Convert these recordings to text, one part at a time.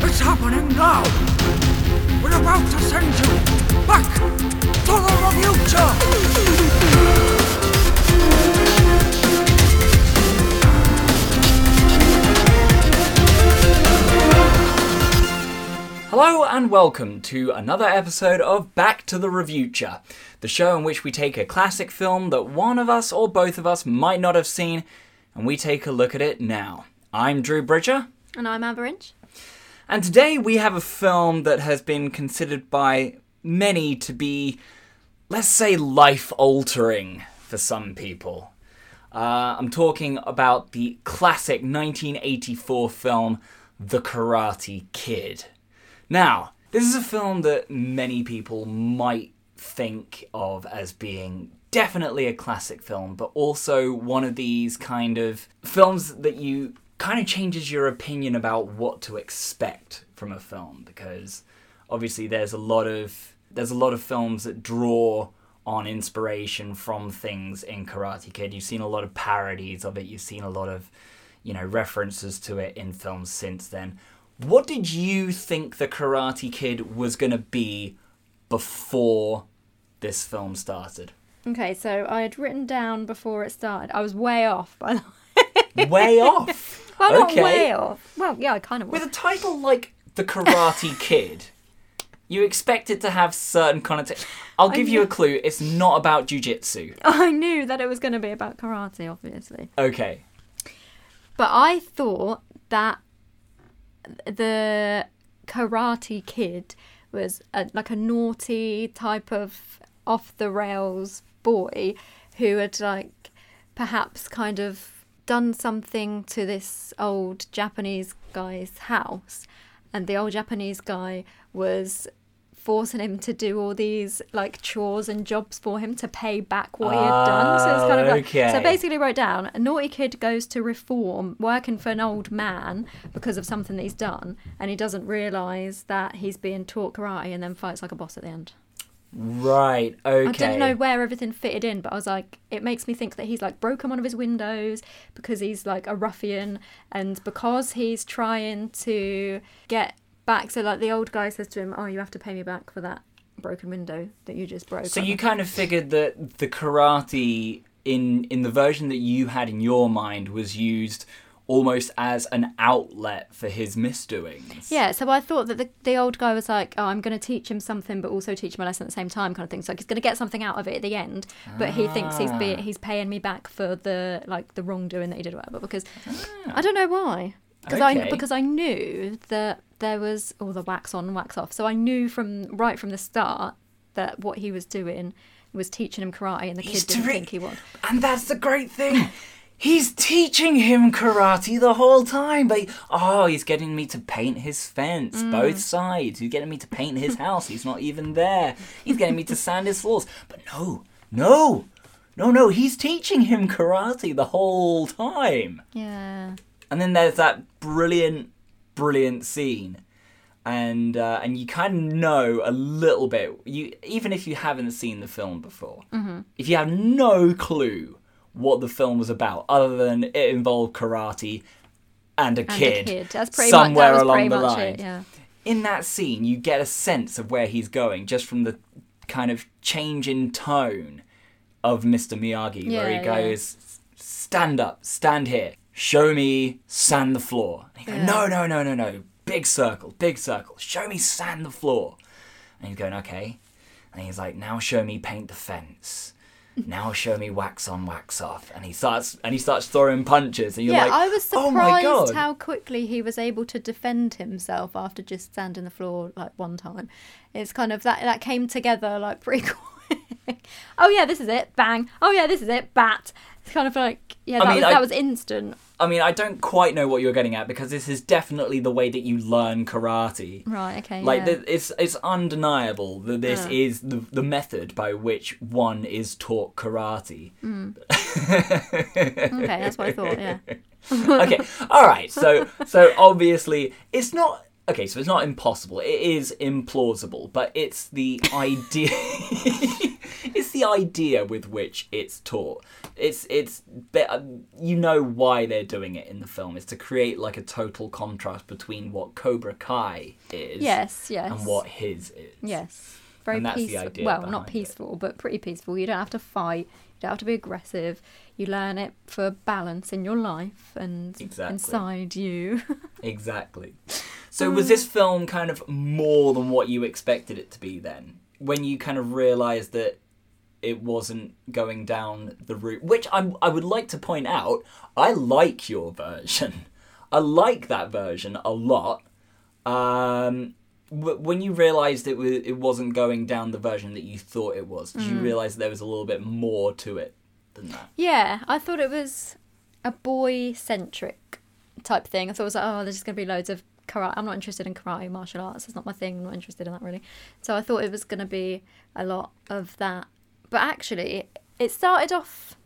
What's happening now? We're about to send you back to the future! Hello and welcome to another episode of Back to the Revuture, the show in which we take a classic film that one of us or both of us might not have seen, and we take a look at it now. I'm Drew Bridger, And I'm Amber Inch. and today we have a film that has been considered by many to be, let's say, life altering for some people. Uh, I'm talking about the classic 1984 film, The Karate Kid. Now, this is a film that many people might think of as being definitely a classic film, but also one of these kind of films that you kind of changes your opinion about what to expect from a film because obviously there's a lot of there's a lot of films that draw on inspiration from things in Karate Kid. You've seen a lot of parodies of it. You've seen a lot of you know references to it in films since then. What did you think the Karate Kid was going to be before this film started? Okay, so I had written down before it started. I was way off, by the way. Way off. Well, okay. not way off. Well, yeah, I kind of was. With a title like The Karate Kid, you expect it to have certain connotations. I'll give you a clue. It's not about jujitsu. I knew that it was going to be about karate, obviously. Okay. But I thought that the Karate Kid was a, like a naughty type of off the rails boy who had like perhaps kind of done something to this old Japanese guy's house and the old Japanese guy was forcing him to do all these like chores and jobs for him to pay back what he had done so it's kind of like so Okay. basically basically wrote down a naughty kid goes to reform working for an old man because of something that he's done and he doesn't realize that he's being taught karate and then fights like a boss at the end Right. Okay. i didn't know where everything fitted in but i was like it makes me think that he's like broken one of his windows because he's like a ruffian and because he's trying to get back so like the old guy says to him oh you have to pay me back for that broken window that you just broke So I'm you like, kind of figured that the karate in in the version that you had in your mind was used almost as an outlet for his misdoings. Yeah, so I thought that the, the old guy was like, oh, I'm going to teach him something, but also teach him a lesson at the same time, kind of thing. So like, he's going to get something out of it at the end, but he thinks he's be, Ah. he's paying me back for the like the wrongdoing that he did, or whatever. Because I don't know why, because Ah. Okay. I because I knew that there was all the wax on, wax off. So I knew from right from the start that what he was doing was teaching him karate, and the He's kid didn't doing- think he was. And that's the great thing. He's teaching him karate the whole time. But oh, he's getting me to paint his fence, Mm. both sides. He's getting me to paint his house. He's not even there. He's getting me to sand his floors. But no, no, no, no. He's teaching him karate the whole time. Yeah, And then there's that brilliant, brilliant scene, and uh, and you kind of know a little bit. You even if you haven't seen the film before, Mm-hmm. if you have no clue what the film was about, other than it involved karate and a and kid, a kid. That's pretty much somewhere that was along pretty the much line. it. Yeah. In that scene, you get a sense of where he's going just from the kind of change in tone of Mr. Miyagi, where Yeah, he yeah. goes, Stand up, stand here, show me sand the floor. And he goes, Yeah. No, no, no, no, no, big circle, big circle, show me sand the floor. And he's going, Okay. And he's like, Now show me paint the fence. Now show me wax on, wax off, and he starts and he starts throwing punches, and you're yeah, like, I was surprised "Oh my god!" how quickly he was able to defend himself after just standing the floor like one time. It's kind of that that came together like pretty quick. oh yeah, this is it. Bang. Oh yeah, this is it. Bat. It's kind of like yeah, I that mean, was I- that was instant. I mean, I don't quite know what you're getting at because this is definitely the way that you learn karate. Right. Okay. Like yeah. th- it's it's undeniable that this is the the method by which one is taught karate. okay, that's what I thought. Yeah. okay, all right. So so obviously it's not okay. So it's not impossible. It is implausible, but it's the idea. it's the the idea with which it's taught. It's it's be- um, you know why they're doing it in the film is to create like a total contrast between what Cobra Kai is Yes, yes. and what his is. Yes. Very And that's the peaceful. idea well, behind not it. peaceful, but pretty peaceful. You don't have to fight. You don't have to be aggressive. You learn it for balance in your life and Exactly. inside you. Exactly. So was this film kind of more than what you expected it to be then? When you kind of realized that it wasn't going down the route which I I would like to point out, I like your version. I like that version a lot. Um w- when you realized it was it wasn't going down the version that you thought it was, did you realize there was a little bit more to it than that? yeah, I thought it was a boy centric type thing. I thought it was like, oh, there's just going to be loads of karate. I'm not interested in karate, martial arts. It's not my thing. I'm not interested in that really. So I thought it was going to be a lot of that. But actually, it started off.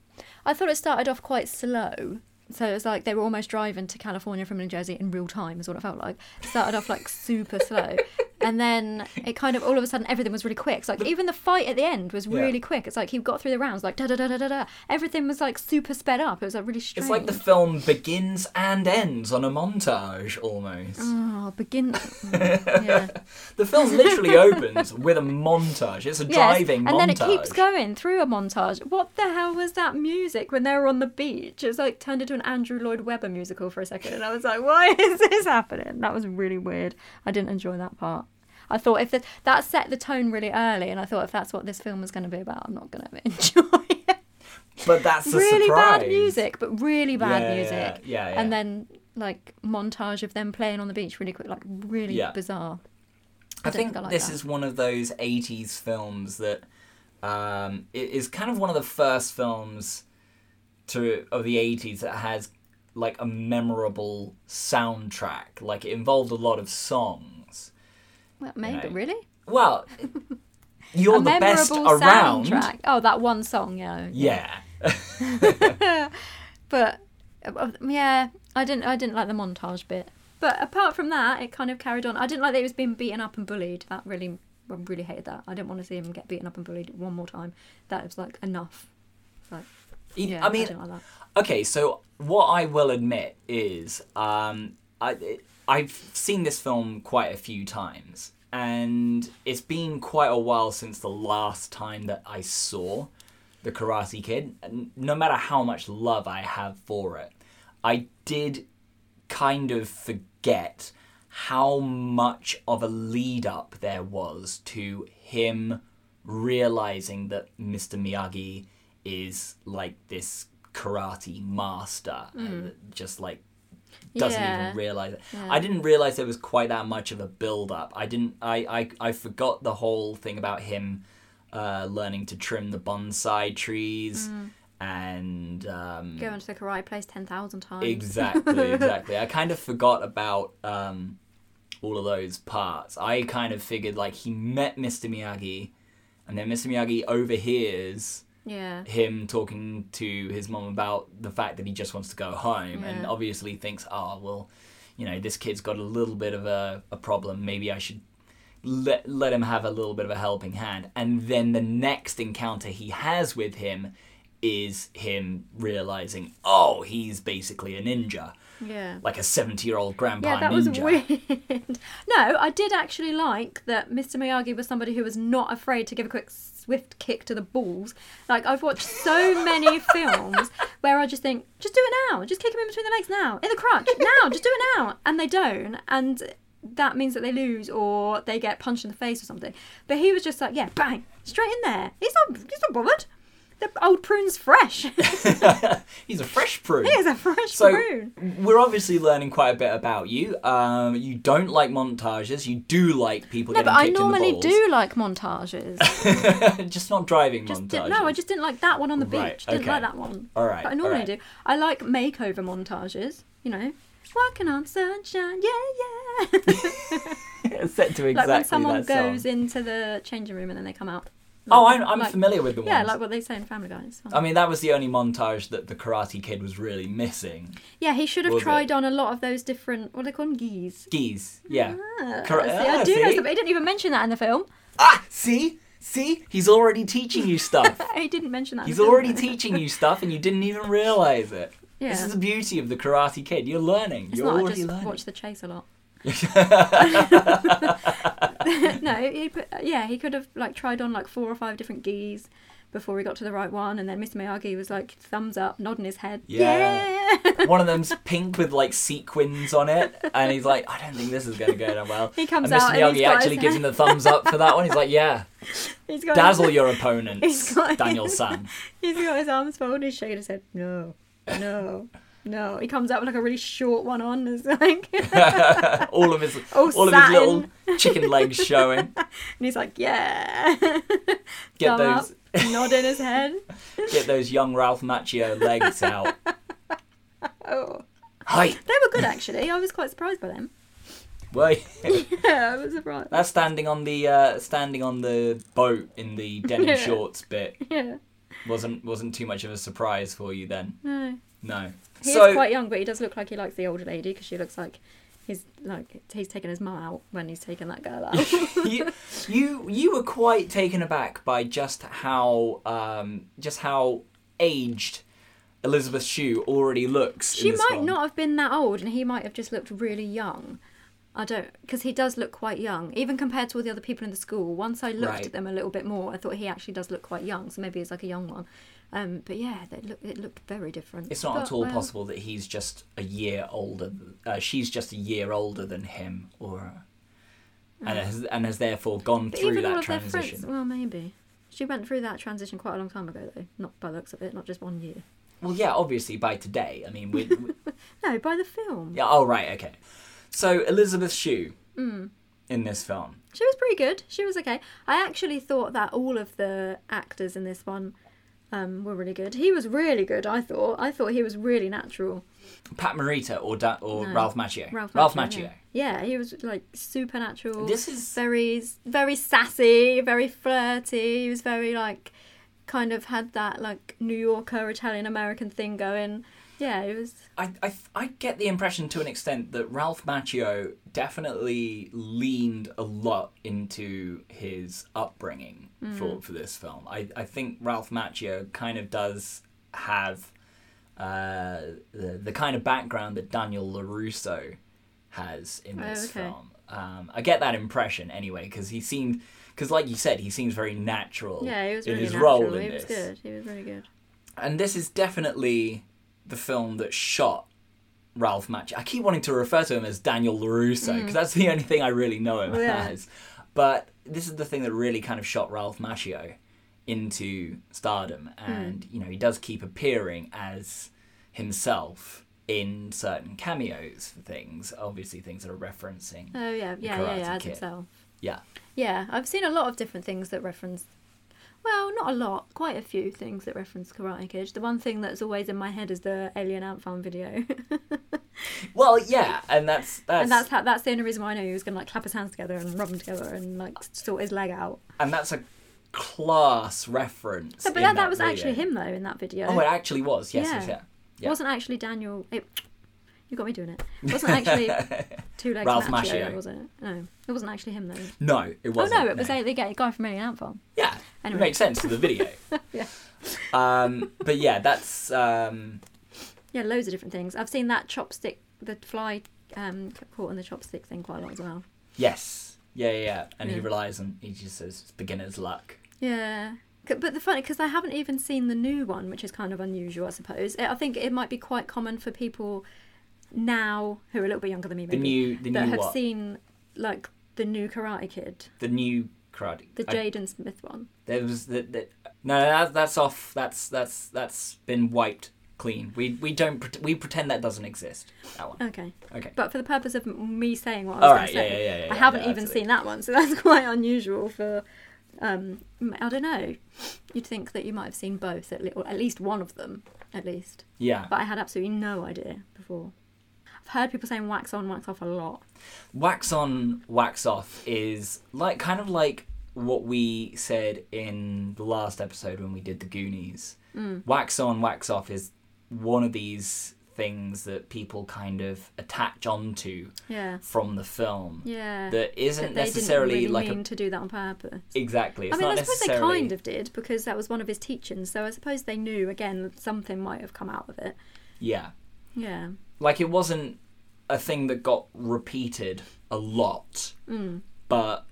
I thought it started off quite slow. So it was like they were almost driving to California from New Jersey in real time, is what it felt like. It started off like super slow. And then it kind of all of a sudden everything was really quick. It's like even the fight at the end was Yeah. really quick. It's like he got through the rounds like da da da da da da. Everything was like super sped up. It was like really strange. It's like the film begins and ends on a montage almost. oh begin. mm, yeah. The film literally opens with a montage. It's a Yes, driving and montage. then it keeps going through a montage. What the hell was that music when they were on the beach? It was like turned into an Andrew Lloyd Webber musical for a second, and I was like, "Why is this happening?" That was really weird. I didn't enjoy that part. I thought if the, that set the tone really early, and I thought if that's what this film was going to be about, I'm not going to enjoy it. But that's a really surprise. bad music, but really bad Yeah, yeah, music. yeah, yeah. And then like montage of them playing on the beach, really quick, like really Yeah. bizarre. I, I don't think, think I like this that. is one of those 80s films that um, it is kind of one of the first films to of the 80s that has like a memorable soundtrack. Like it involved a lot of songs. Well, maybe know, really. Well, you're a the best memorable around. soundtrack. Oh, that one song, yeah. Yeah. But uh, yeah, I didn't. I didn't like the montage bit. But apart from that, it kind of carried on. I didn't like that he was being beaten up and bullied. That really, I really hated that. I didn't want to see him get beaten up and bullied one more time. That was like enough. Like, yeah, I mean, didn't like that. Okay, so what I will admit is, um, I I've seen this film quite a few times, and it's been quite a while since the last time that I saw the Karate Kid. And no matter how much love I have for it, I did kind of forget how much of a lead up there was to him realizing that Mr. Miyagi is like this karate master, and just like doesn't Mm. Yeah. even realize it. I didn't realize there was quite that much of a build up. I didn't. I I, I forgot the whole thing about him uh, learning to trim the bonsai trees Mm. and um, Go into the karate place ten thousand times. Exactly, exactly. I kind of forgot about um, all of those parts. I kind of figured like he met Mr. Miyagi, and then Mr. Miyagi overhears yeah. him talking to his mom about the fact that he just wants to go home, and Yeah. obviously thinks, oh, well, you know, this kid's got a little bit of a, a problem. Maybe I should. Let, let him have a little bit of a helping hand. And then the next encounter he has with him is him realizing, oh, he's basically a ninja Yeah. like a 70 year old grandpa Yeah, that ninja. was weird. no, I did actually like that Mr. Miyagi was somebody who was not afraid to give a quick swift kick to the balls. Like I've watched so many films where I just think, just do it now, just kick him in between the legs now, in the crotch now, just do it now, and they don't, and that means that they lose or they get punched in the face or something. But he was just like, yeah, bang, straight in there. He's not, he's not bothered. The old prune's fresh. He's a fresh prune. He's a fresh so prune. we're obviously learning quite a bit about you. Um, you don't like montages. You do like people No, getting but I kicked normally in the do like montages. do. just not driving just montages. did, no, I just didn't like that one on the beach. Right, Didn't okay. like that one. All right, But I normally all right. do. I like makeover montages. You know, walking on sunshine. Yeah, yeah. It's set to exactly like when someone that song. goes into the changing room and then they come out. oh, I'm, I'm like- familiar with Um, the ones. Yeah, like what they say in Family Guy. It's fine. I mean, that was the only montage that the Karate Kid was really missing. yeah, he should have was tried on a lot of those different. What do they call them? Geese. Geese, yeah. Ah, Kara- see, ah, I do know see? something. He didn't even mention that in the film. Ah, see? See, he's already teaching you stuff. He didn't mention that. in He's the film, already though. teaching you stuff, and you didn't even realize it. This Yeah. is the beauty of the Karate Kid. You're learning. It's You're not. I already just learning. watch the chase a lot. no, he put, yeah, he could have like tried on like four or five different gis before he got to the right one, and then Mr. Miyagi was like thumbs up, nodding his head. Yeah. yeah. One of them's pink with like sequins on it, and he's like, "I don't think this is going to go down well." He comes and Mr. out and Miyagi he's got actually his gives him the thumbs up for that one. He's like, "Yeah, He's got dazzle His, your opponents, He's got- Daniel San." he's got his arms folded, he's shaking his head. No, no, no. He comes out with like a really short one on. It's like, and all of his all, All of his little satin. chicken legs showing. he's like, yeah. Get Thumb those up, nodding his head. get those young Ralph Macchio legs out. Oh, Hi. they were good actually. I was quite surprised by them. Well, Yeah, I was surprised. that's standing on the uh, standing on the boat in the denim Yeah. shorts bit yeah, wasn't wasn't too much of a surprise for you then. no. No. He so is quite young, but he does look like he likes the older lady because she looks like he's like he's taken his mum out when he's taken that girl out. you, you you were quite taken aback by just how um, just how aged Elizabeth Shue already looks. in she this might film. not have been that old, and he might have just looked really young. I don't because he does look quite young, even compared to all the other people in the school. Once I looked Right. at them a little bit more, I thought he actually does look quite young, so maybe he's like a young one. Um, but yeah, they look, it looked very different. It's not But, at all well, possible that he's just a year older. th- Uh, she's just a year older than him, or and has, and has therefore gone But through even all that of their friends, transition. well, maybe she went through that transition quite a long time ago, though. Not by the looks of it, not just one year. Well, yeah, obviously by today. I mean, we, we- No, by the film, yeah. Oh, right, okay. So Elizabeth Shue Hmm. in this film. She was pretty good. She was okay. I actually thought that all of the actors in this one um, were really good. He was really good. I thought. I thought he was really natural. Pat Morita or da- or No, Ralph Macchio. Ralph. Macchio. yeah. Yeah. he was like supernatural. This is- very, very sassy, very flirty. He was very like, kind of had that like New Yorker Italian American thing going. Yeah, it was. I, I, I get the impression to an extent that Ralph Macchio definitely leaned a lot into his upbringing Mm. for, for this film. I, I think Ralph Macchio kind of does have uh, the, the kind of background that Daniel LaRusso has in Oh, this okay. film. Um, I get that impression anyway, because he seemed, because like you said, he seems very natural Yeah, he was in really his natural. role in he this was good. He was really good. and this is definitely the film that shot Ralph Macchio. I keep wanting to refer to him as Daniel LaRusso because that's the only thing I really know him Mm. Yeah. as. But this is the thing that really kind of shot Ralph Macchio into stardom, Hmm. and you know he does keep appearing as himself in certain cameos for things, obviously things that are referencing. Oh yeah, yeah, yeah, Karate yeah. As Kid. himself. Yeah, Yeah, I've seen a lot of different things that reference. Well, not a lot, quite a few things that reference Karate Kid. The one thing that's always in my head is the Alien Ant Farm video, well, yeah, and that's that's and that's how, that's the only reason why I know he was gonna like clap his hands together and rub them together and like sort his leg out. and that's a class reference. So, but in that, that was actually video. him though in that video. Oh, it actually was. Yes, yes, Yeah. yeah. yeah. wasn't actually Daniel. It, you got me doing it. It wasn't actually two legs Ralph Macchio, Macchio. was it? No, it wasn't actually him though. No, it wasn't. oh no, it was a, the guy guy from Alien Ant Farm. Yeah, Anyway. it makes sense to the video. Yeah. Um, but yeah, that's um, Yeah, loads of different things. I've seen that chopstick, the fly um, caught in the chopstick thing quite a lot as well. yes, yeah, yeah, yeah. And he Yeah. relies on. He just says it's beginner's luck. Yeah. C- But the funny, because I haven't even seen the new one, which is kind of unusual, I suppose. I I think it might be quite common for people now who are a little bit younger than me, The maybe, new, the that new have what? seen like the new Karate Kid, The new karate. the I- Jaden Smith one. there was the, the no, that, that's off. That's that's that's been wiped clean. We we don't pret we pretend that doesn't exist. That one. Okay. Okay. Uh, But for the purpose of m- me saying what I was All going right, to yeah, say, yeah, yeah, yeah, yeah, I haven't yeah, even absolutely. seen that one, so that's quite unusual for. Um, m- I don't know. You'd think that you might have seen both, at, le- or at least one of them, at least. Yeah. But I had absolutely no idea before. I've heard people saying wax on, wax off a lot. wax on wax off is like kind of like what we said in the Mm. last episode when we did the goonies wax on wax off is one of these things that people kind of attach onto Yeah. from the film Yeah. that That isn't they necessarily didn't really like mean a to do that on purpose. exactly. It's I mean, not I suppose they necessarily kind of did because that was one of his teachings. So I suppose they knew again that something might have come out of it. yeah. Yeah. like it wasn't a thing that got repeated a lot Mm. but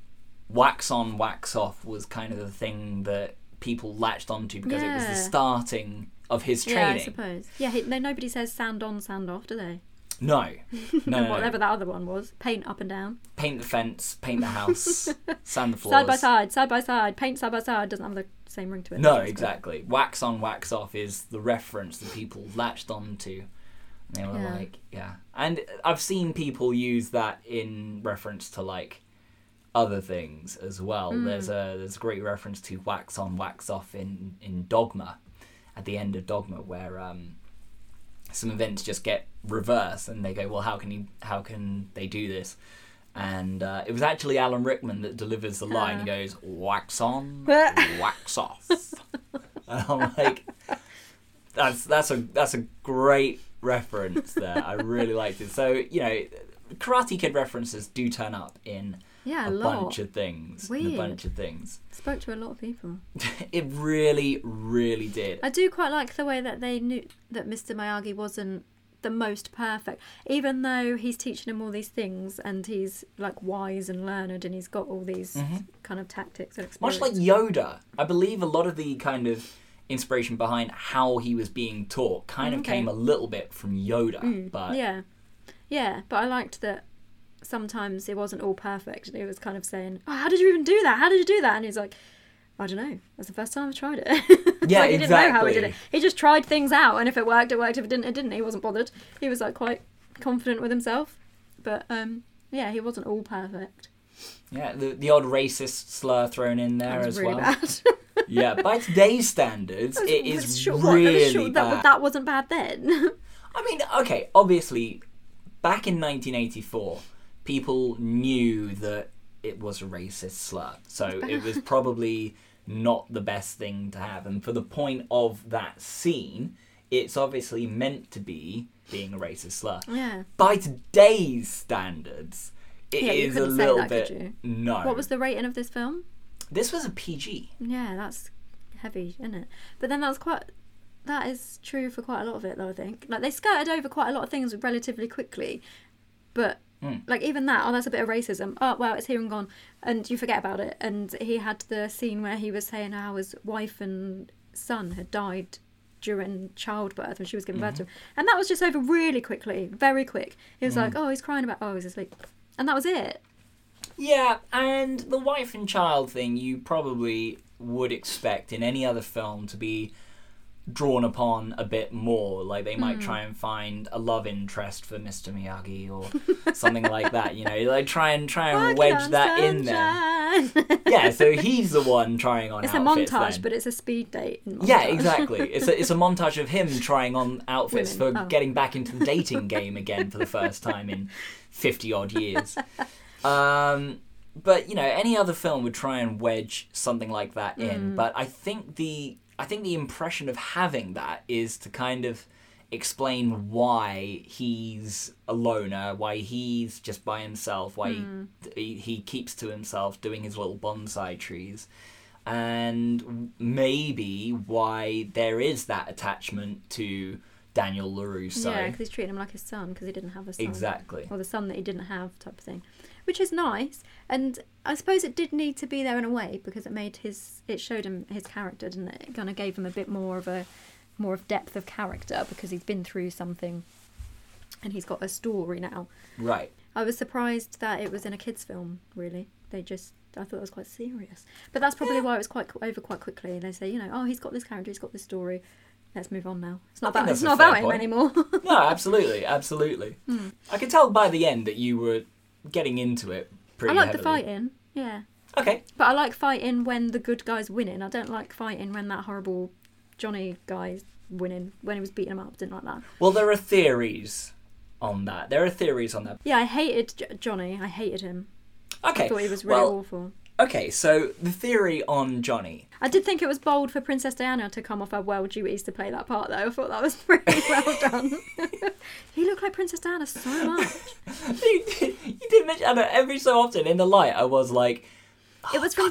wax on wax off was kind of the thing that people latched onto because it was the Yeah. starting of his Yeah, I training suppose. Yeah. He, no, nobody says sound on, sound off, do they? no no, no, no. Whatever that other one was, paint up and down, paint the fence paint the house sand the floors side by side, side by side, paint side by side doesn't have the same ring to it. no does it? exactly wax on wax off is the reference that people latched onto and they were Yeah. like yeah and i've seen people use that in reference to like other things as well there's a there's a great reference to wax on wax off in in dogma at the end of dogma where um some events just get reversed and they go well how can you how can they do this and uh, it was actually Alan Rickman that delivers the line. Uh. He goes, "Wax on, wax off." and I'm like, "That's that's a that's a great reference there. I really liked it." So you know, Karate Kid references do turn up in Yeah, a a lot. bunch of things. in A Weird. bunch of things. Spoke to a lot of people. It really, really did. I do quite like the way that they knew that Mr. Miyagi wasn't the most perfect, even though he's teaching him all these things and he's like wise and learned and he's got all these kind of tactics and Mm-hmm. Much experience. like Yoda, I believe a lot of the kind of inspiration behind how he was being taught kind of Okay. Mm. came a little bit from Yoda, but yeah, yeah. But I liked that sometimes it wasn't all perfect and it was kind of saying, "Oh, how did you even do that? How did you do that?" And he's like. I don't know. That's the first time I've tried it. Yeah, like, He didn't know how he did exactly. it. He just tried things out, and if it worked, it worked. If it didn't, it didn't. He wasn't bothered. He was like quite confident with himself. But um, yeah, he wasn't all perfect. Yeah, the, the odd racist slur thrown in there That as was really well. bad. yeah, by today's standards, it That's is sure- what? That was really sure- that, bad. that wasn't bad then. I mean, okay, obviously, back in 1984, people knew that it was a racist slur, so it was probably not the best thing to have. And for the point of that scene, it's obviously meant to be being a racist slur. yeah. By today's standards, it is Yeah, you a couldn't say little that, bit could you? no. What was the rating of this film? this was a PG. Yeah, that's heavy, isn't it? But then that's quite. That is true for quite a lot of it, though. I think like they skirted over quite a lot of things relatively quickly, but Hmm. like even that, oh, that's a bit of racism. Oh, well, it's here and gone, and you forget about it. And he had the scene where he was saying how his wife and son had died during childbirth when she was giving birth Mm-hmm. to him, and that was just over really quickly, very quick. He was Mm-hmm. like, oh, he's crying about, oh, he's asleep, and that was it. Yeah, and the wife and child thing you probably would expect in any other film to be drawn upon a bit more. Like they Hmm. might try and find a love interest for Mr. Miyagi or something like that. You know, like try and try and Working wedge on that in there. sunshine. Yeah, so he's the one trying on. It's a outfits montage, then. but it's a speed date. Montage. Yeah, exactly. It's a, it's a montage of him trying on outfits Women. for Oh. getting back into the dating game again for the first time in 50 odd years. Um, but you know, any other film would try and wedge something like that in, but I think the I think the impression of having that is to kind of explain why he's a loner, why he's just by himself, why he, he keeps to himself doing his little bonsai trees and maybe why there is that attachment to Daniel LaRusso. Yeah, because he's treating him like his son because he didn't have a son. Exactly. Or the son that he didn't have, type of thing, which is nice. And I suppose it did need to be there in a way because it made his, it showed him his character, didn't it? It kind of gave him a bit more of a, more of depth of character because he's been through something, and he's got a story now. Right. I was surprised that it was in a kids' film. Really, they just. I thought it was quite serious, but that's probably why it was quite over quite quickly. They say, you know, oh, he's got this character, he's got this story. Let's move on now. It's I not think about that's it's a not fair about him point. anymore. No, absolutely, absolutely. Hmm. I could tell by the end that you were getting into it I pretty like the heavily. fighting, yeah, Okay. but I like fighting when the good guy's winning. I don't like fighting when that horrible Johnny guy's winning when he was beating him up. Didn't like that. Well, there are theories on that. There are theories on that. Yeah, I hated J- Johnny. I hated him. Okay. I thought he was really well, awful. Okay, so the theory on Johnny. I did think it was bold for Princess Diana to come off her well duties to play that part, though. I thought that was pretty well done. he looked like Princess Diana so much. you did, you did mention, I know, every so often in the light, I was like, It was Oh, from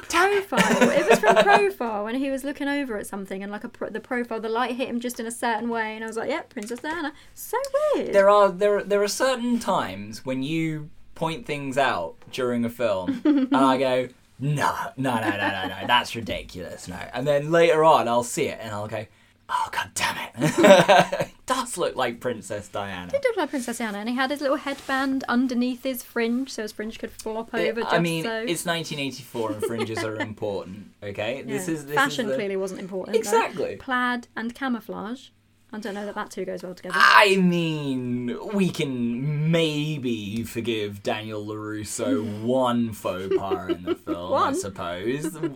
profile. it was from profile, and he was looking over at something, and like a pro- the profile, the light hit him just in a certain way, and I was like, "Yep, Princess Diana." So weird. there are there are- there are certain times when you point things out during a film, and I go, no, no, no, no, no, no, that's ridiculous, no. And then later on, I'll see it and I'll go, oh god damn it, it does look like Princess Diana. He looked like Princess Diana, and he had his little headband underneath his fringe, so his fringe could flop over. Just I mean, so. it's 1984 and fringes are important. Okay, this Yeah. is this fashion is the- clearly wasn't important. though. Exactly. Plaid and camouflage. I don't know that that two goes well together. I mean, we can maybe forgive Daniel LaRusso one faux pas in the film, I One? suppose. Well,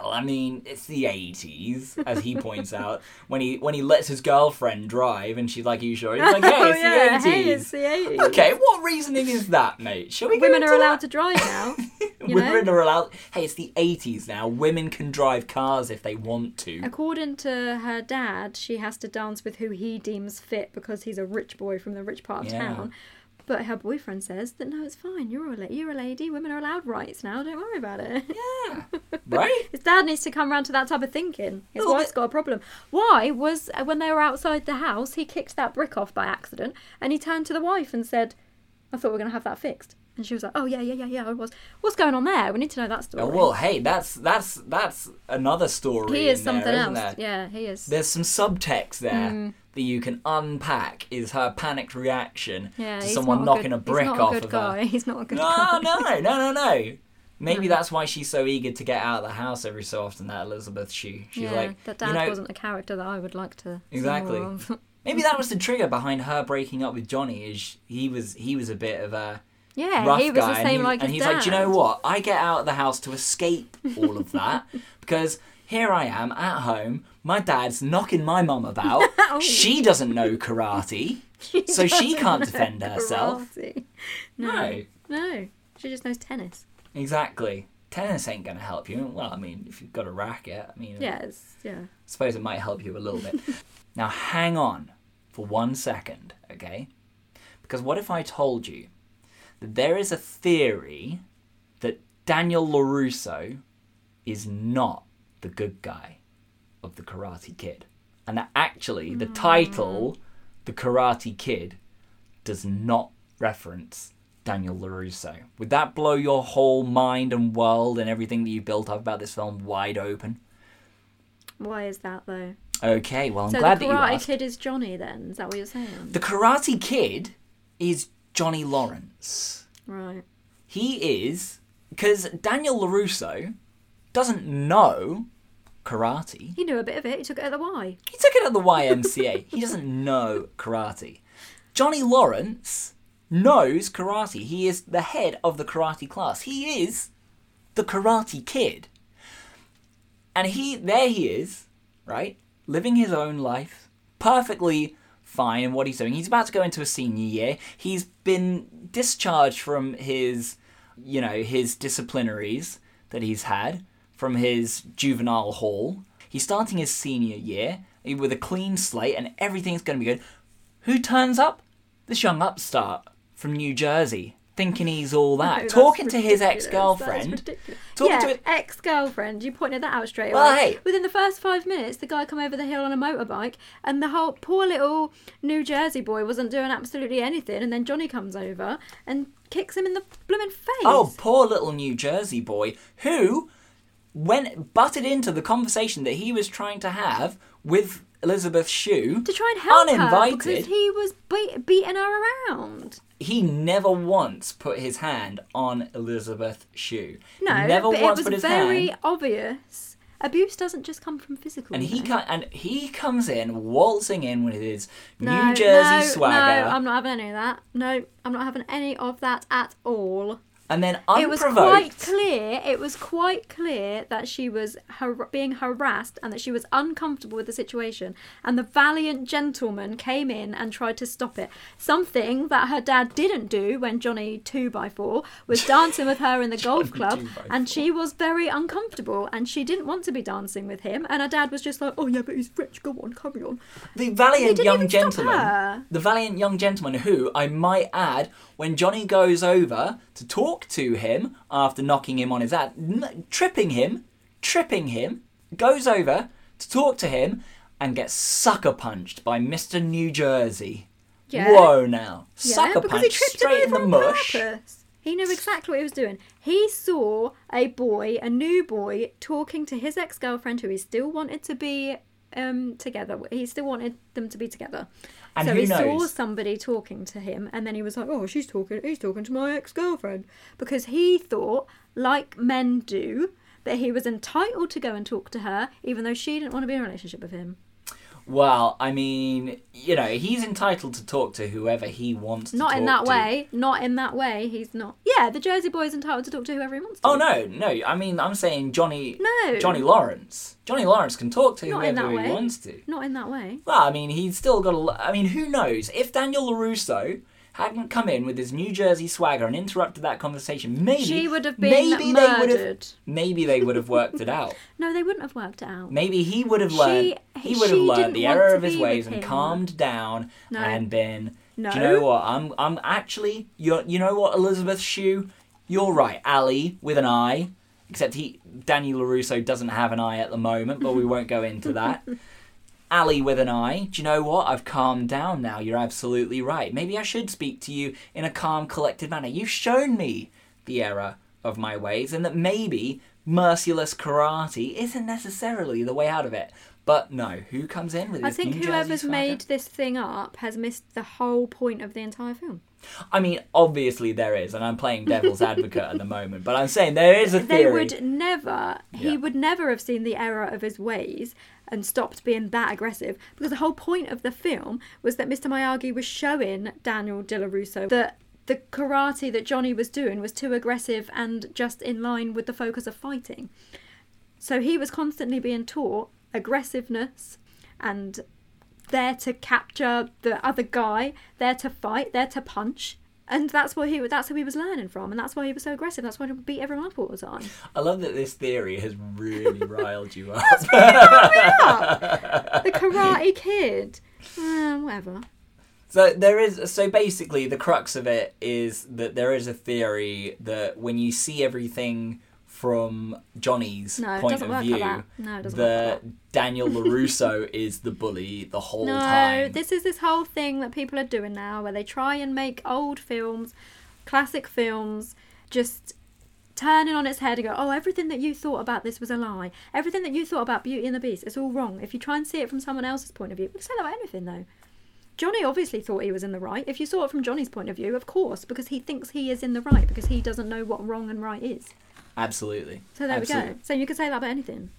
well, I mean, it's the 80s, as he points out, when he when he lets his girlfriend drive and she's like, Are you sure? He's like, Yeah, oh it's yeah, the 80s. hey, it's the 80s. Okay, what reasoning is that, mate? Shall we go Women into are allowed that? to drive now. you know? Women are allowed. Hey, it's the 80s now. Women can drive cars if they want to. According to her dad, she has to dance with who he deems fit because he's a rich boy from the rich part of Yeah. town. But her boyfriend says that no, it's fine. You're a la- you're a lady. Women are allowed rights now. Don't worry about it. Right? His dad needs to come round to that type of thinking. His Little wife's bit- got a problem. Why was uh, when they were outside the house, he kicked that brick off by accident, and he turned to the wife and said, "I thought we were going to have that fixed." And she was like, "Oh yeah, yeah, yeah, yeah, I was. What's going on there? We need to know that story." Oh, well, hey, that's that's that's another story. he is in something there, isn't else. Hmm. there? Yeah, he is. There's some subtext there that you can unpack. Is her panicked reaction yeah, to he's someone not a knocking good, a brick he's not off a good of guy. her? He's not a good guy. No, no, no, no, no. Maybe that's why she's so eager to get out of the house every so often. That Elizabeth, she, she's yeah, like, that dad you know, wasn't a character that I would like to. see Exactly. more of. maybe that was the trigger behind her breaking up with Johnny. Is he was he was a bit of a yeah, rough he was guy, the and, same he- like and he's his dad. like, Do you know what? I get out of the house to escape all of that because here I am at home. My dad's knocking my mum about. Oh. She doesn't know karate, so she can't defend herself. Karate. No, No, she just knows tennis. exactly. Tennis ain't gonna help you. Well, I mean, if you've got a racket, I mean, I Yes, yeah. suppose it might help you a little bit. now, hang on for one second, okay? Because what if I told you that there is a theory that Daniel LaRusso is not the good guy of The Karate Kid? And that actually the title, The Karate Kid, does not reference Daniel LaRusso. Would that blow your whole mind and world and everything that you built up about this film wide open? Why is that though? Okay, well, I'm So glad the that you Karate asked. Kid is Johnny then? Is that what you're saying? The Karate Kid is Johnny Lawrence. Right. He is because Daniel Larusso doesn't know karate. He knew a bit of it. He took it at the Y. He took it at the YMCA. he doesn't know karate. Johnny Lawrence knows karate. He is the head of the karate class. He is the karate kid. And he there he is, right? Living his own life, perfectly fine in what he's doing. He's about to go into a senior year. He's been discharged from his you know, his disciplinaries that he's had from his juvenile hall. He's starting his senior year with a clean slate and everything's going to be good. Who turns up? This young upstart from New Jersey, thinking he's all that, No, that's talking to his ridiculous. ex That is girlfriend. ridiculous. Talking yeah, to it- ex-girlfriend. You pointed that out straight Well, away. hey. Within the first five minutes, the guy come over the hill on a motorbike, and the whole poor little New Jersey boy wasn't doing absolutely anything. And then Johnny comes over and kicks him in the blooming face. Oh, poor little New Jersey boy who went butted into the conversation that he was trying to have with Elizabeth Shue to try and help her uninvited. because he was beat, beating her around. He never once put his hand on Elizabeth Shue. No, never but once it put was his very hand. obvious. Abuse doesn't just come from physical. And he you know. co- and he comes in waltzing in with his No, New Jersey no, um, swagger. No, I'm not having any of that. No, I'm not having any of that at all. and then it was unprovoked. quite clear. It was quite clear that she was har- being harassed and that she was uncomfortable with the situation. And the valiant gentleman came in and tried to stop it. Something that her dad didn't do when Johnny two by four was dancing with her in the golf club, 2x4. and she was very uncomfortable and she didn't want to be dancing with him. And her dad was just like, "Oh yeah, but he's rich. Go on, carry on." The He valiant didn't young even stop gentleman. her. The valiant young gentleman who, I might add, when Johnny goes over to talk to him after knocking him on his ad, n- tripping him, tripping him, goes over to talk to him and gets sucker punched by Mr. New Jersey. Yeah. Whoa now. Yeah, sucker because punch he tripped straight him in the over on mush. Purpose. He knew exactly what he was doing. He saw a boy, a new boy, talking to his ex girlfriend who he still wanted to be um, together. with. He still wanted them to be together. And so who he saw knows? somebody talking to him, and then he was like, "Oh, she's talking. He's talking to my ex girlfriend," because he thought, like men do, that he was entitled to go and talk to her, even though she didn't want to be in a relationship with him. Well, I mean, you know, he's entitled to talk to whoever he wants to Not in that talk to. way. Not in that way. He's not. Yeah, the Jersey boy is entitled to talk to whoever he wants to. Oh no, no. I mean, I'm saying Johnny. No. Johnny Lawrence. Johnny Lawrence can talk to Not in whoever he that way. wants to. Not in that way. Well, I mean, he's still got a. l- I mean, who knows? If Daniel Larusso hadn't come in with his New Jersey swagger and interrupted that conversation, maybe She would have been maybe They would have, murdered. maybe they would have worked it out. No, they wouldn't have worked it out. Maybe he would have She- learned. he would have she learned didn't the want error to of his be with ways and him. calmed down No. and been. Do you No. know what? I'm. I'm actually. You. You know what, Elizabeth Shue? You're right. Ali with an I. Except he, Daniel Larusso doesn't have an eye at the moment, but we won't go into that. Ali with an I. Do you know what? I've calmed down now. You're absolutely right. Maybe I should speak to you in a calm, collected manner. You've shown me the error of my ways and that maybe merciless karate isn't necessarily the way out of it. But no, who comes in with I this think New Jersey whoever's swagger? made this thing up has missed the whole point of the entire film. I mean, obviously there is, and I'm playing devil's advocate at the moment, but I'm saying there is a theory. They would never. Yeah. He would never have seen the error of his ways and stopped being that aggressive because the whole point of the film was that Mr. Miyagi was showing Daniel De La Russo that the karate that Johnny was doing was too aggressive and just in line with the focus of fighting. So he was constantly being taught aggressiveness and there to capture the other guy, there to fight, there to punch. And that's what he that's who he was learning from, and that's why he was so aggressive. That's why he beat everyone up all the time. I love that this theory has really riled you up. The Karate Kid, uh, whatever. So there is so basically the crux of it is that there is a theory that when you see everything from Johnny's No, it point doesn't of work like view, that. No, it doesn't work that Daniel Larusso is the bully the whole No, time. this is this whole thing that people are doing now, where they try and make old films, classic films, just turning on its head and go, oh, everything that you thought about this was a lie. Everything that you thought about Beauty and the Beast, it's all wrong. If you try and see it from someone else's point of view, we can say that about anything though. Johnny obviously thought he was in the right. If you saw it from Johnny's point of view, of course, because he thinks he is in the right because he doesn't know what wrong and right is. Absolutely. So there we Absolutely. go. So you can say that about anything.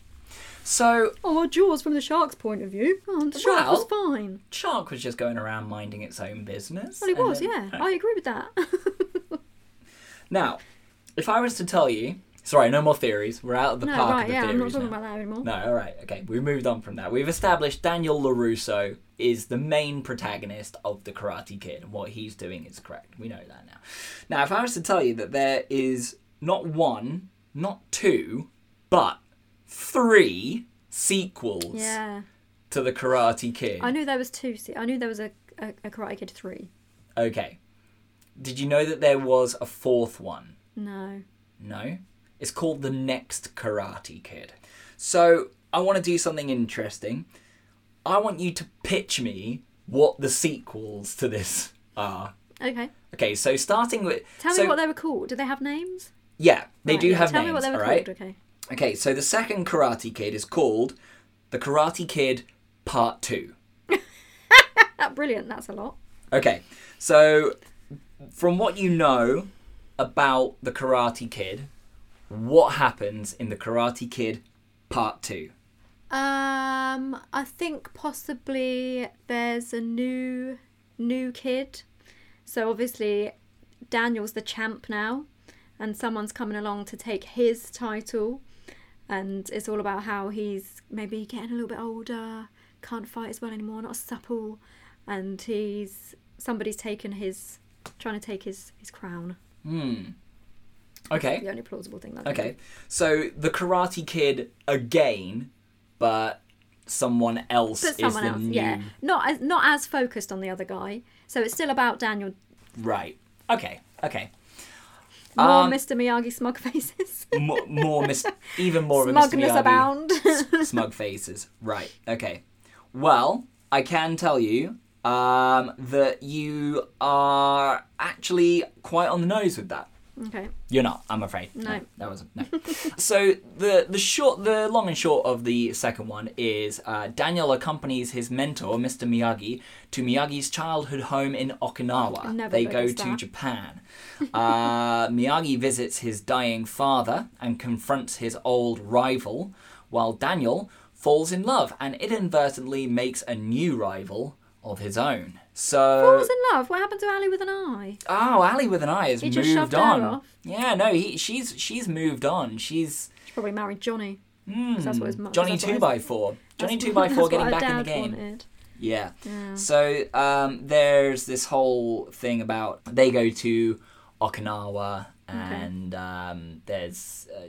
So Oh, Jaws from the shark's point of view. Oh, the shark was fine. Shark was just going around minding its own business. Well, it and was, then- yeah. I agree with that. Now, if I was to tell you, sorry, no more theories. We're out of the no, park right, of the yeah, I'm theories not talking now. about that anymore. No, all right, okay. We've moved on from that. We've established Daniel LaRusso is the main protagonist of The Karate Kid, and what he's doing is correct. We know that now. Now, if I was to tell you that there is not one, not two, but three sequels Yeah, to The Karate Kid. I knew there was two. Se- I knew there was a, a, a Karate Kid three. Okay. Did you know that there was a fourth one? No, No. It's called The Next Karate Kid. So, I want to do something interesting. I want you to pitch me what the sequels to this are. okay. Okay, so starting with. Tell so- me what they were called. Do they have names? Yeah, they Right, do yeah, have Tell names, me what they were all called. right? Okay. Okay, so the second Karate Kid is called The Karate Kid Part 2. Ah, brilliant. That's a lot. Okay, so from what you know about The Karate Kid, what happens in The Karate Kid Part 2? Um, I think possibly there's a new new kid. So obviously Daniel's the champ now. and someone's coming along to take his title and it's all about how he's maybe getting a little bit older, can't fight as well anymore, not as supple, and he's somebody's taken his trying to take his his crown. Okay. The only plausible thing that. I Okay. can- So the Karate Kid again, but someone else But is someone the else, new yeah, not as not as focused on the other guy. So it's still about Daniel. right. Okay. Okay. More Um, Mr. Miyagi smug faces. More, more mis- even more of a Mr. Smugness Miyagi. abound. smug faces. Right. Okay. Well, I can tell you um, that you are actually quite on the nose with that. okay. You're not. I'm afraid. No. that wasn't. No. so the the short, the long and short of the second one is uh, Daniel accompanies his mentor, Mr. Miyagi, to Miyagi's childhood home in Okinawa. Never they heard go of to that. Japan. Uh, Miyagi visits his dying father and confronts his old rival, while Daniel falls in love and inadvertently makes a new rival of his own. So Falls in love. What happened to Ali with an eye? Oh, Ali with an eye has He moved just shoved her on. off. Yeah, no, he, she's she's moved on. She's She probably married Johnny. 'cause that's what his mum- Hmm. Johnny that's what two his- by four. Johnny that's- two by that's four what getting her back in the dad game. wanted. Yeah. So um, there's this whole thing about they go to Okinawa and um, there's uh,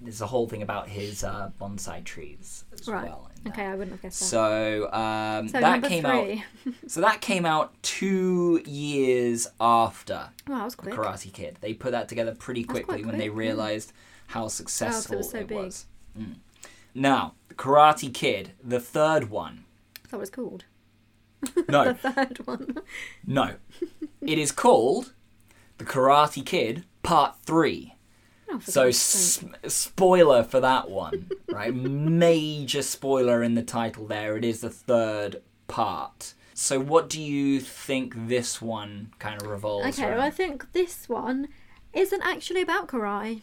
there's a whole thing about his uh, bonsai trees as Right. well. in that. okay, I wouldn't have guessed that. So um, So that number came three. out. So that came out two years after Well, that was quick. Karate Kid. They put that together pretty That's quite quickly when they quick, yeah. realized how successful was so it big. was. Mm. Now, Karate Kid, the third one. That's what it's called. No, Third one. no. It is called The Karate Kid Part 3. Oh, for So, goodness sake. sp- spoiler for that one, right? Major spoiler in the title there. It is the third part. So, what do you think this one kind of revolves okay, around? well, I think this one isn't actually about karate.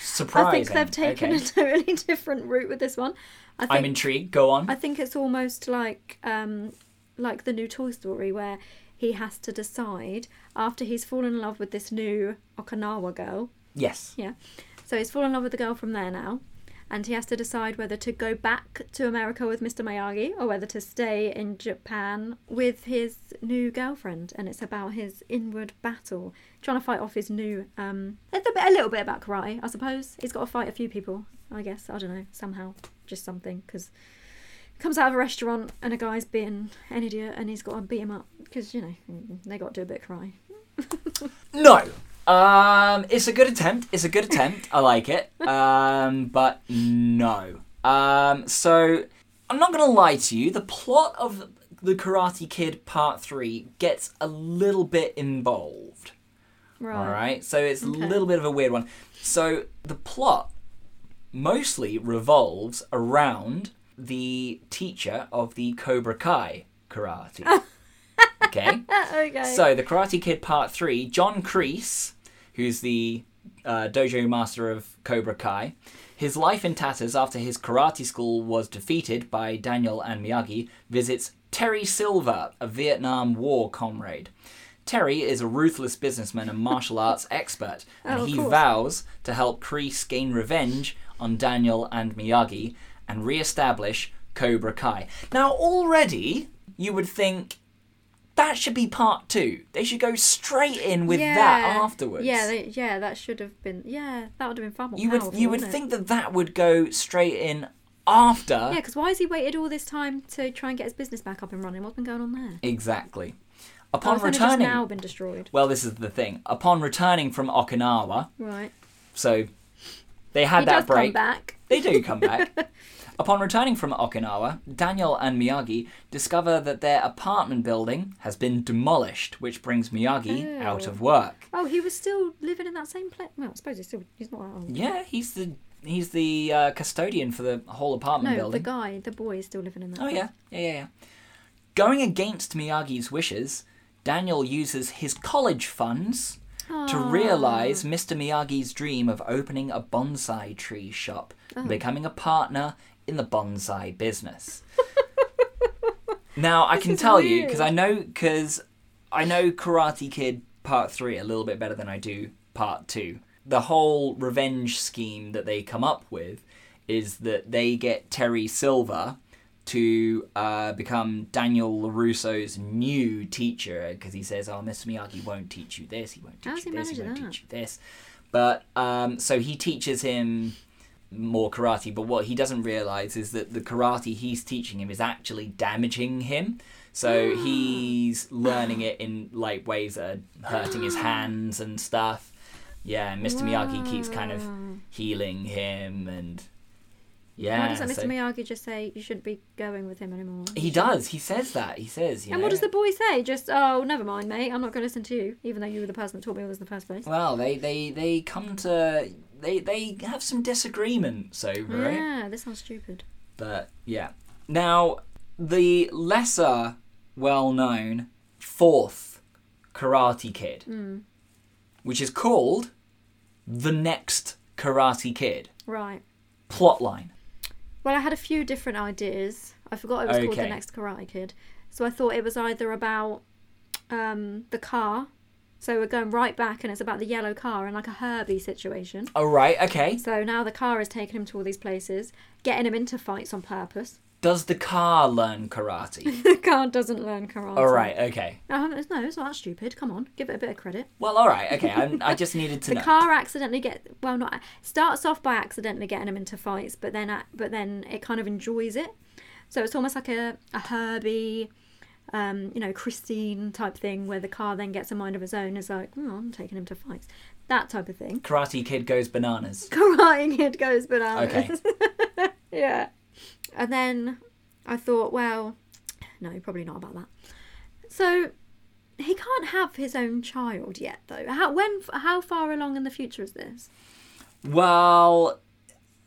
Surprising. I think they've taken Okay. a totally different route with this one. I I'm think intrigued. Go on. I think it's almost like um, like the new Toy Story where he has to decide after he's fallen in love with this new Okinawa girl. yes. Yeah. So he's fallen in love with the girl from there now, and he has to decide whether to go back to America with Mr. Miyagi or whether to stay in Japan with his new girlfriend. And it's about his inward battle, trying to fight off his new. Um, a little bit, a little bit about karate, I suppose. He's got to fight a few people, I guess. I don't know. Somehow, just something because. Comes out of a restaurant and a guy's being an idiot and he's got to beat him up because you know they got to do a bit of karate. No. Um, it's a good attempt. It's a good attempt. I like it. Um, but no. Um, so I'm not gonna lie to you. The plot of the Karate Kid Part Three gets a little bit involved. Right. All right. So it's a Okay. little bit of a weird one. So the plot mostly revolves around the teacher of the Cobra Kai karate. okay. Okay. So, The Karate Kid Part 3, John Kreese, who's the uh, dojo master of Cobra Kai, his life in tatters after his karate school was defeated by Daniel and Miyagi, visits Terry Silver, a Vietnam War comrade. Terry is a ruthless businessman and martial arts expert, and Oh, of he course. vows to help Kreese gain revenge on Daniel and Miyagi and re establish Cobra Kai. Now, already, you would think that should be part two. They should go straight in with that afterwards. Yeah, they, yeah, that should have been. Yeah, that would have been far more. you would powerful, you would wouldn't it? think that that would go straight in after Yeah, because why has he waited all this time to try and get his business back up and running? What's been going on there? exactly. Why Upon has it just returning, now been destroyed? well, this is the thing. Upon returning from Okinawa, Right. so they had He does that break. come back. They do come back. Upon returning from Okinawa, Daniel and Miyagi discover that their apartment building has been demolished, which brings Miyagi out Oh. of work. Oh, he was still living in that same place. Well, I suppose he's still. He's not oh. that old. Yeah, he's the he's the uh, custodian for the whole apartment No, the building. guy, the boy, is still living in that. oh yeah, yeah, yeah, yeah. Going against Miyagi's wishes, Daniel uses his college funds to realize Mr. Miyagi's dream of opening a bonsai tree shop, Uh-huh. and becoming a partner in the bonsai business. now I can is tell you because weird. I know because I know Karate Kid Part Three a little bit better than I do part two. The whole revenge scheme that they come up with is that they get Terry Silver to uh, become Daniel LaRusso's new teacher because he says, Oh, Mr. Miyagi won't teach you this, he won't teach How's you he this, he managing won't that? teach you this. But um, so he teaches him more karate, but what he doesn't realize is that the karate he's teaching him is actually damaging him. So Hmm. he's learning it in like ways that are hurting his hands and stuff. Yeah, and Mr. Miyagi keeps kind of healing him and yeah. Why doesn't so- Mr. Miyagi just say you shouldn't be going with him anymore? He does. He says that. He says. You And know, what does the boy say? Just oh, never mind, mate. I'm not going to listen to you, even though you were the person that taught me all this in the first place. Well, they they they come to they they have some disagreements over it. Yeah, this sounds stupid. But yeah. Now, the lesser well known fourth Karate Kid, Hmm. which is called The Next Karate Kid. Right. Plotline. Well, I had a few different ideas. I forgot it was called the Okay. next Karate Kid, so I thought it was either about um, the car. So we're going right back, and it's about the yellow car and like a Herbie situation. All right, okay. So now the car is taking him to all these places, getting him into fights on purpose. Does the car learn karate? the car doesn't learn karate. all right, okay. No, it's- no, it's not that stupid. Come on, give it a bit of credit. Well, all right, okay. I, I just needed to The know. car accidentally get well, not starts off by accidentally getting him into fights, but then ac- but then it kind of enjoys it. So it's almost like a a Herbie, um, you know, Christine type thing, where the car then gets a mind of its own. Is like, oh, I'm taking him to fights, that type of thing. karate Kid goes bananas. Karate Kid goes bananas. Okay. Yeah. And then I thought, well, no, probably not about that. So he can't have his own child yet, though. How when? How far along in the future is this? Well,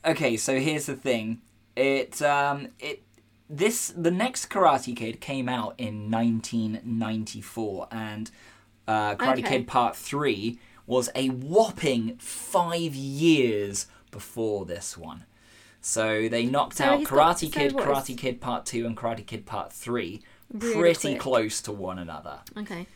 okay. So here's the thing. It um it this the next Karate Kid came out in 1994, and uh, Karate Okay. Kid Part Three was a whopping five years before this one. So they knocked So out he's got- Karate so Kid, what is- Karate Kid Part Two, and Karate Kid Part Three Really pretty quick. close to one another. Okay.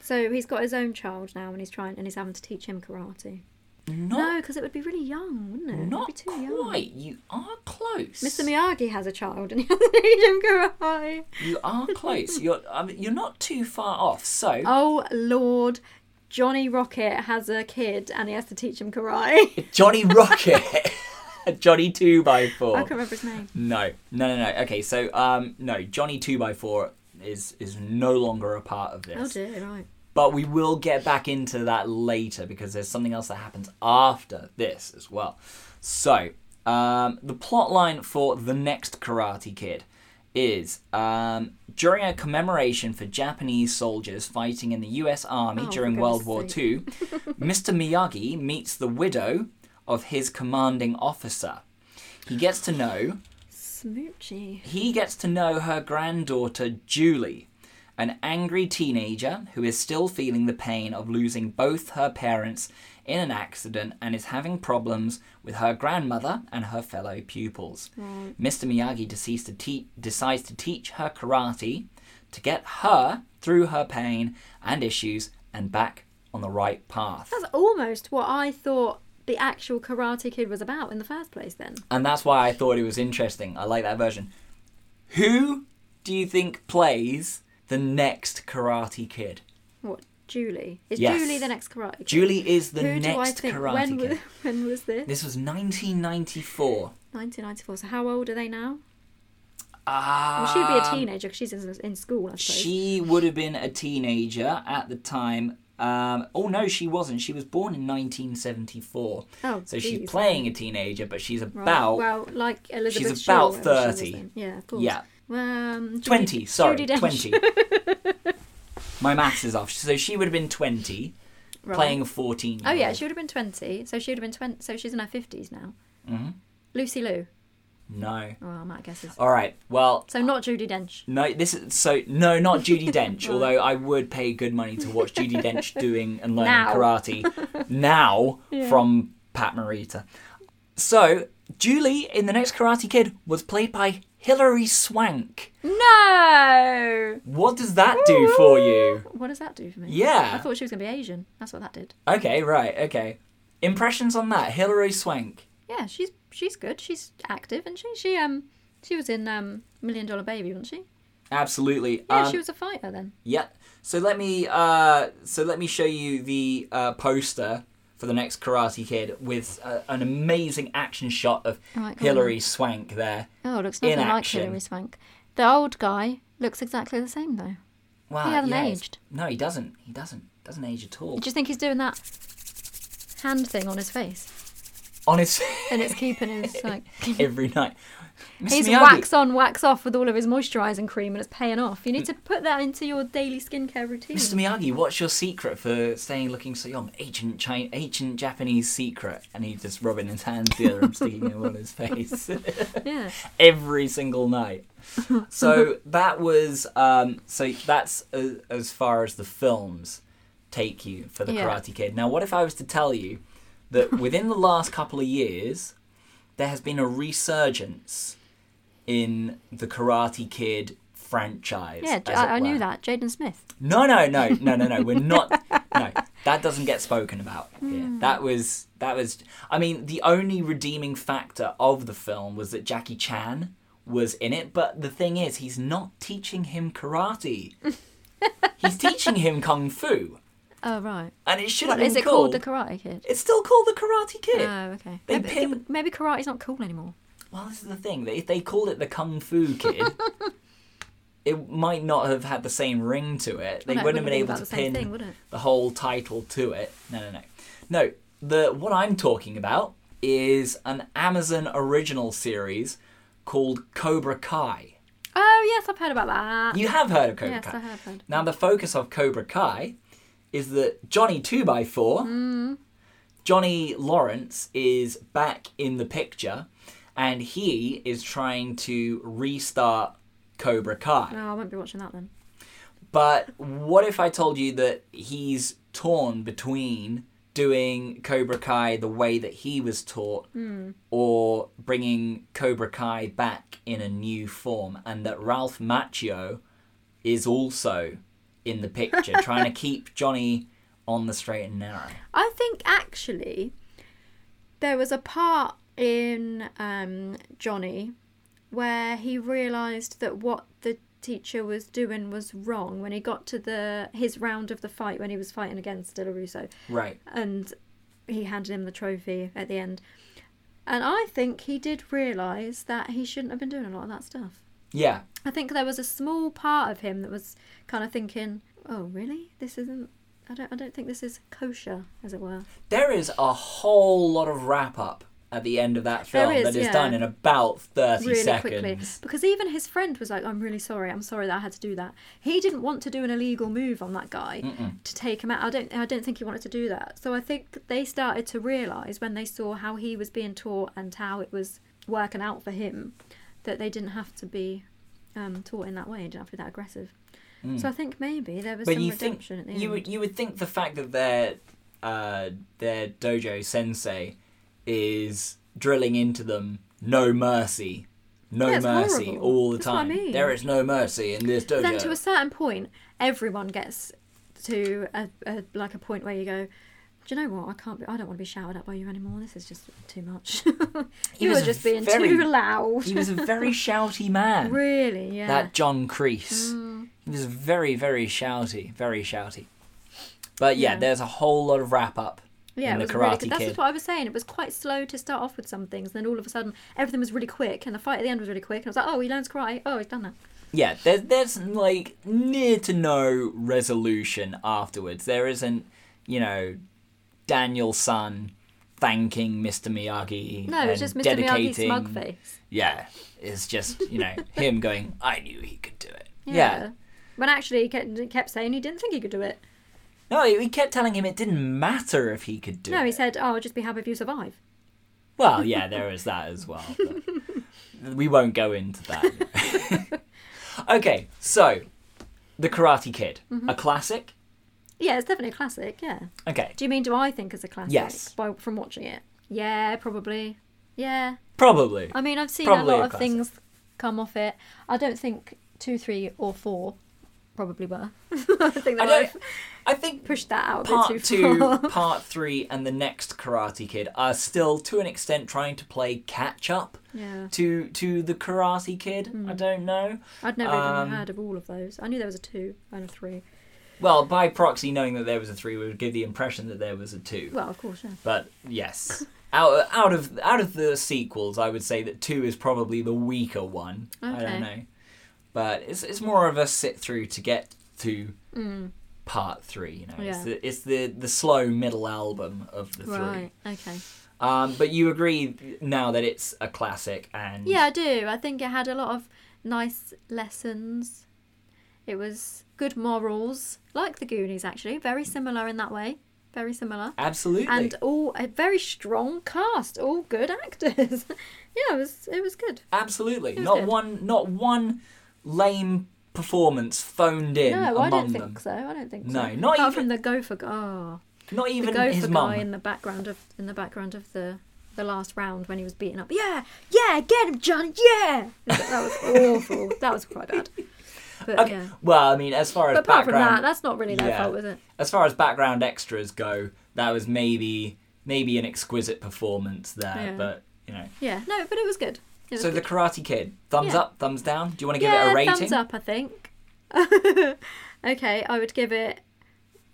So he's got his own child now, and he's trying, and he's having to teach him karate. Not No, because it would be really young, wouldn't it? It'd be not too young. quite. You are close. Mr. Miyagi has a child, and he has to teach him karate. You are close. You're I mean, you're not too far off. So Oh Lord, Johnny Rocket has a kid, and he has to teach him karate. Johnny Rocket, Johnny Two by Four. I can't remember his name. No, no, no, no. Okay, so um, no, Johnny Two by Four is is no longer a part of this. Oh dear, right. But we will get back into that later because there's something else that happens after this as well. So, um, the plot line for The Next Karate Kid is um, during a commemoration for Japanese soldiers fighting in the US Army Oh, for during World goodness War sake. II, Mr. Miyagi meets the widow of his commanding officer. He gets to know Smoochy. he gets to know her granddaughter, Julie, an angry teenager who is still feeling the pain of losing both her parents in an accident and is having problems with her grandmother and her fellow pupils. Mr. Miyagi decides to, te- decides to teach her karate to get her through her pain and issues and back on the right path. That's almost what I thought the actual Karate Kid was about in the first place. Then And that's why I thought it was interesting. I like that version. Who do you think plays the next Karate Kid? what? Julie is Yes. Julie the next Karate Kid? Julie is the Who do I next think? Karate when, Kid. was, when was this? This was 1994. 1994. So how old are they now? Ah. Well, she'd be a teenager because she's in, in school, I suppose. Um, She would have been a teenager at the time. Um, oh no, she wasn't. She was born in 1974. Oh, so she's geez. playing a teenager, but she's Right. about well, like Elizabeth. she's Shaw, about whatever she was 30. then. yeah, of course. Yeah. Um, Judy- 20, sorry, Judi Dench. 20. My maths is off. So she would have been 20 Right. playing a 14. Oh yeah, she would have been 20. So she would have been 20. So she's in her 50s now. Mhm. Lucy Liu. No. Oh, I might guess this. All right. Well, So not Judy Dench. no. This is so no, not Judy Dench. although I would pay good money to watch Judy Dench doing and learning Now. karate now from Pat Morita. So Julie in The Next Karate Kid was played by Hilary Swank. No. What does that do for you? What does that do for me? Yeah. I thought she was going to be Asian. That's what that did. Okay, right, okay. Impressions on that, Hilary Swank. Yeah, she's she's good. She's active, and she she um she was in um Million Dollar Baby, wasn't she? Absolutely. Yeah, um, she was a fighter then. Yeah. So let me uh, so let me show you the uh, poster for the next Karate Kid with uh, an amazing action shot of Alright, go on Hilary Swank there. Oh, looks In nothing like action. Hilary Swank. The old guy looks exactly the same though. Wow. He hasn't yeah, it's- aged. No, he doesn't. He doesn't. Doesn't age at all. Do you think he's doing that hand thing on his face? Honest. And it's keeping his like every night. Miss he's Miyagi. wax on, wax off with all of his moisturising cream, and it's paying off. You need to put that into your daily skincare routine. Mr. Miyagi, what's your secret for staying looking so young? Ancient China, ancient Japanese secret. And he's just rubbing his hands together and sticking them on his face. Yeah. every single night. so that was um, so that's a, as far as the films take you for the Yeah. Karate Kid. Now, what if I was to tell you that within the last couple of years there has been a resurgence in the Karate Kid franchise? Yeah, as it I, I knew were. that. Jaden Smith. No, no, no, no, no, no. We're not. No, that doesn't get spoken about here. Hmm. That was that was. I mean, the only redeeming factor of the film was that Jackie Chan was in it. But the thing is, he's not teaching him karate. he's teaching him kung fu, Oh, right. and it should have What, been is it called. called The Karate Kid? it's still called the Karate Kid. Oh, okay. They Maybe, pin- maybe karate's not cool anymore. well, this is the thing. If they called it the Kung Fu Kid. It might not have had the same ring to it. They No, it wouldn't have been able about to the same pin thing, would it? the whole title to it. No, no, no. No, the what I'm talking about is an Amazon original series called Cobra Kai. Oh, yes, I've heard about that. You have heard of Cobra Yes, Kai. I have heard. Now the focus of Cobra Kai is that Johnny 2x4, Mm. Johnny Lawrence is back in the picture and he is trying to restart Cobra Kai. No, Oh, I won't be watching that then. But what if I told you that he's torn between doing Cobra Kai the way that he was taught Hmm. or bringing Cobra Kai back in a new form and that Ralph Macchio is also in the picture trying to keep Johnny on the straight and narrow. I think actually there was a part in um, Johnny where he realised that what the teacher was doing was wrong when he got to the his round of the fight when he was fighting against De La Russo Right. and he handed him the trophy at the end. And I think he did realise that he shouldn't have been doing a lot of that stuff. Yeah. I think there was a small part of him that was kind of thinking, "Oh, really? This isn't. I don't. I don't think this is kosher, as it were." There is a whole lot of wrap up at the end of that film is, that is yeah. done in about 30 Really seconds. quickly, because even his friend was like, "I'm really sorry. I'm sorry that I had to do that." He didn't want to do an illegal move on that guy to take him out. I don't. I don't think he wanted to do that. So I think they started to realise when they saw how he was being taught and how it was working out for him, that they didn't have to be um, taught in that way. Didn't have to be that aggressive. So I think maybe there was Mm. but some you think redemption at the you end. would you would think the fact that their uh, their dojo sensei is drilling into them no mercy, no Yeah, it's mercy horrible. all the That's what I time. mean. There is no mercy in this dojo. But then to a certain point, everyone gets to a, a like a point where you go, do you know what? I can't. Be, I don't want to be shouted at by you anymore. This is just too much. you was are a just being very- too loud. he was a very shouty man. really? Yeah. That John Creese. Mm. He was very very shouty, very shouty. But yeah, Yeah. there's a whole lot of wrap up yeah. in it the was Karate really good. That's Kid. just what I was saying. It was quite slow to start off with some things, and then all of a sudden everything was really quick, and the fight at the end was really quick. And I was like, oh, he learns karate. Oh, he's done that. yeah there's there's like near to no resolution afterwards there isn't you know daniel sun thanking mr miyagi No, it was and just Mr. Miyagi's dedicating smug face. yeah it's just you know him going i knew he could do it yeah, When actually he kept, kept saying he didn't think he could do it. no he kept telling him it didn't matter if he could do it No, he said, "Oh, I'll just be happy if you survive." Well, yeah, there is that as well. but we won't go into that. okay, so The Karate Kid, Mm-hmm. a classic. Yeah, it's definitely a classic. Yeah. Okay. Do you mean do I think it's a classic? Yes. By, from watching it? Yeah, probably. Yeah. Probably. I mean, I've seen Probably a a lot of classic. things come off it. I don't think two, three, or four probably were. I think I they don't. might I think pushed that out a part bit too two, far. part three, and the next Karate Kid are still, to an extent, trying to play catch up yeah, to to the Karate Kid. Hmm. I don't know. I'd never Um, even heard of all of those. I knew there was a two and a three. Well, by proxy, knowing that there was a three would give the impression that there was a two. Well, of course, yeah. But yes, out out of out of the sequels, I would say that two is probably the weaker one. I Okay. don't know, but it's it's more of a sit through to get to part three. You know, it's Mm. Yeah. the it's the the slow middle album of the three. Right. Okay. Um, but you agree now that it's a classic and Yeah, I do. I think it had a lot of nice lessons. It was good morals, like the Goonies, actually. Very similar in that way. Very similar. absolutely. And all a very strong cast, all good actors. yeah, it was it was good. Absolutely. was Not good. one not one lame performance phoned in No, among I don't them. think so. I don't think No, so. not Apart even- from the gopher guy. Oh, Not even the gopher his guy mum. in the background of in the background of the the last round when he was beaten up. Yeah, yeah, get him, Johnny. Yeah, that was awful. that was quite bad. But Okay, yeah. Well, I mean, as far as But apart from background that, that's not really their yeah. fault, is it? as far as background extras go, that was maybe maybe an exquisite performance there, Yeah. but you know. Yeah, no, but it was good. It was So the good. Karate Kid, thumbs Yeah. up, thumbs down. Do you want to give yeah, it a rating? thumbs up, I think. okay, I would give it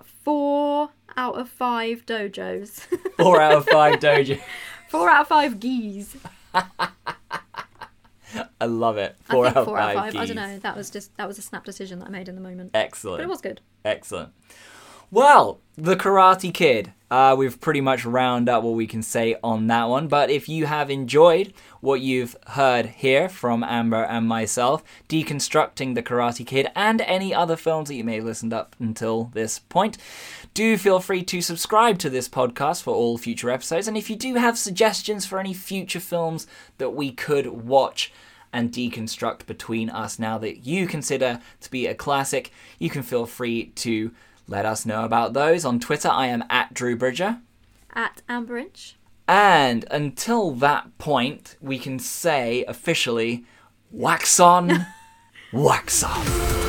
four out of five dojos. Four out of five dojo. four out of five geese. I love it. I Four think out of four five. Eh. out of five. I geez. don't know. That was just that was a snap decision that I made in the moment, Excellent. but it was good. Excellent. Well, The Karate Kid. Uh, we've pretty much round up what we can say on that one. But if you have enjoyed what you've heard here from Amber and myself, deconstructing The Karate Kid and any other films that you may have listened up until this point, do feel free to subscribe to this podcast for all future episodes. And if you do have suggestions for any future films that we could watch, and deconstruct between us now that you consider to be a classic. You can feel free to let us know about those. On Twitter, I am at Drew Bridger. At Amberinch, And until that point, we can say officially, wax on, wax off.